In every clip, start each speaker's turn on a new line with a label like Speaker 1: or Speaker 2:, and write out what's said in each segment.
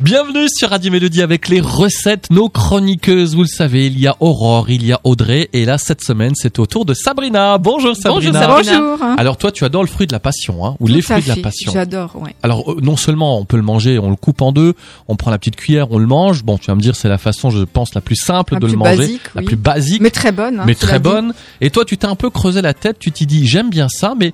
Speaker 1: Bienvenue sur Radio Mélodie avec les recettes, nos chroniqueuses. Vous le savez, il y a Aurore, il y a Audrey. Et là, cette semaine, c'est au tour de Sabrina. Bonjour Sabrina.
Speaker 2: Bonjour Sabrina.
Speaker 3: Bonjour.
Speaker 1: Alors toi, tu adores le fruit de la passion, hein, ou
Speaker 3: Tout
Speaker 1: les
Speaker 3: à
Speaker 1: fruits de la
Speaker 3: fait.
Speaker 1: passion.
Speaker 3: J'adore, ouais.
Speaker 1: Alors euh, non seulement on peut le manger, on le coupe en deux, on prend la petite cuillère, on le mange. Bon, tu vas me dire c'est la façon, je pense, la plus simple
Speaker 3: La
Speaker 1: de
Speaker 3: plus
Speaker 1: le manger,
Speaker 3: basique,
Speaker 1: la
Speaker 3: oui.
Speaker 1: plus basique,
Speaker 3: Mais très bonne. hein,
Speaker 1: mais
Speaker 3: cela
Speaker 1: très
Speaker 3: dit.
Speaker 1: bonne. Et toi, tu t'es un peu creusé la tête, tu t'y dis j'aime bien ça, mais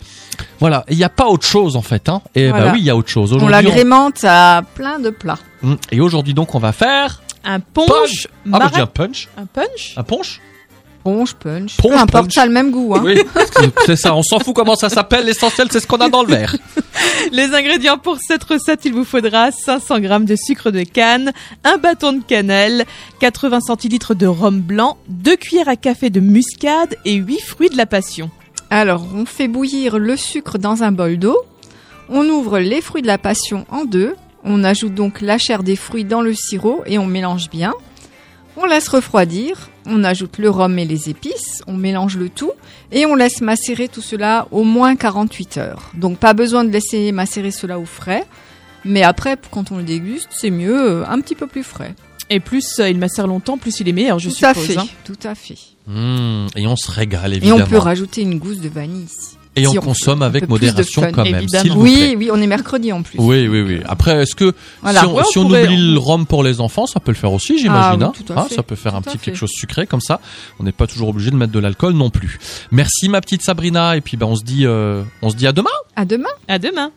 Speaker 1: voilà, il n'y a pas autre chose en fait. Hein. Et bah
Speaker 3: Voilà.
Speaker 1: oui, il y a autre chose.
Speaker 3: On
Speaker 1: Aujourd'hui,
Speaker 3: l'agrémente à plein de plats.
Speaker 1: on- Mm. et aujourd'hui donc on va faire
Speaker 2: Un punch,
Speaker 1: Punch. ah bah, je dis
Speaker 2: mara-
Speaker 1: un punch,
Speaker 2: un punch
Speaker 1: un punch.
Speaker 3: Ponche,
Speaker 1: Ponche,
Speaker 3: punch. Peu importe,
Speaker 1: punch.
Speaker 3: ça a le même goût. Hein.
Speaker 1: Oui, c'est ça. On s'en fout comment ça s'appelle. L'essentiel c'est ce qu'on a dans le verre.
Speaker 2: Les ingrédients pour cette recette, il vous faudra 500 g de sucre de canne, un bâton de cannelle, 80 centilitres de rhum blanc, 2 cuillères à café de muscade et 8 fruits de la passion.
Speaker 3: Alors, on fait bouillir le sucre dans un bol d'eau. On ouvre les fruits de la passion en deux. On ajoute donc la chair des fruits dans le sirop et on mélange bien. On laisse refroidir. On ajoute le rhum et les épices. On mélange le tout et on laisse macérer tout cela au moins 48 heures. Donc, pas besoin de laisser macérer cela au frais. Mais après, quand on le déguste, c'est mieux euh, un petit peu plus frais.
Speaker 2: Et plus euh, il macère longtemps, plus il est meilleur, je
Speaker 3: tout
Speaker 2: suppose.
Speaker 3: à fait.
Speaker 2: hein.
Speaker 3: Tout à fait.
Speaker 1: Mm. et on se régale
Speaker 3: Et
Speaker 1: évidemment.
Speaker 3: on peut rajouter une gousse de vanille. si-
Speaker 1: Et on
Speaker 3: si
Speaker 1: consomme
Speaker 3: un
Speaker 1: avec
Speaker 3: peu plus de
Speaker 1: modération
Speaker 3: fun,
Speaker 1: quand même.
Speaker 2: évidemment.
Speaker 1: s'il vous plaît.
Speaker 3: Oui, oui, on est mercredi en plus.
Speaker 1: Oui, oui, oui. Après, est-ce que
Speaker 3: Voilà.
Speaker 1: si on,
Speaker 2: Ouais,
Speaker 1: si
Speaker 2: on
Speaker 1: on
Speaker 2: pourrait-
Speaker 1: oublie le rhum pour les enfants, ça peut le faire aussi, j'imagine.
Speaker 3: Ah
Speaker 1: hein.
Speaker 3: oui, tout à
Speaker 1: Hein,
Speaker 3: fait.
Speaker 1: ça peut faire un
Speaker 3: Tout à
Speaker 1: petit quelque
Speaker 3: fait.
Speaker 1: chose sucré comme ça. On n'est pas toujours obligé de mettre de l'alcool non plus. Merci ma petite Sabrina. Et puis ben on se dit, euh, on se dit à demain.
Speaker 3: À demain.
Speaker 2: À demain.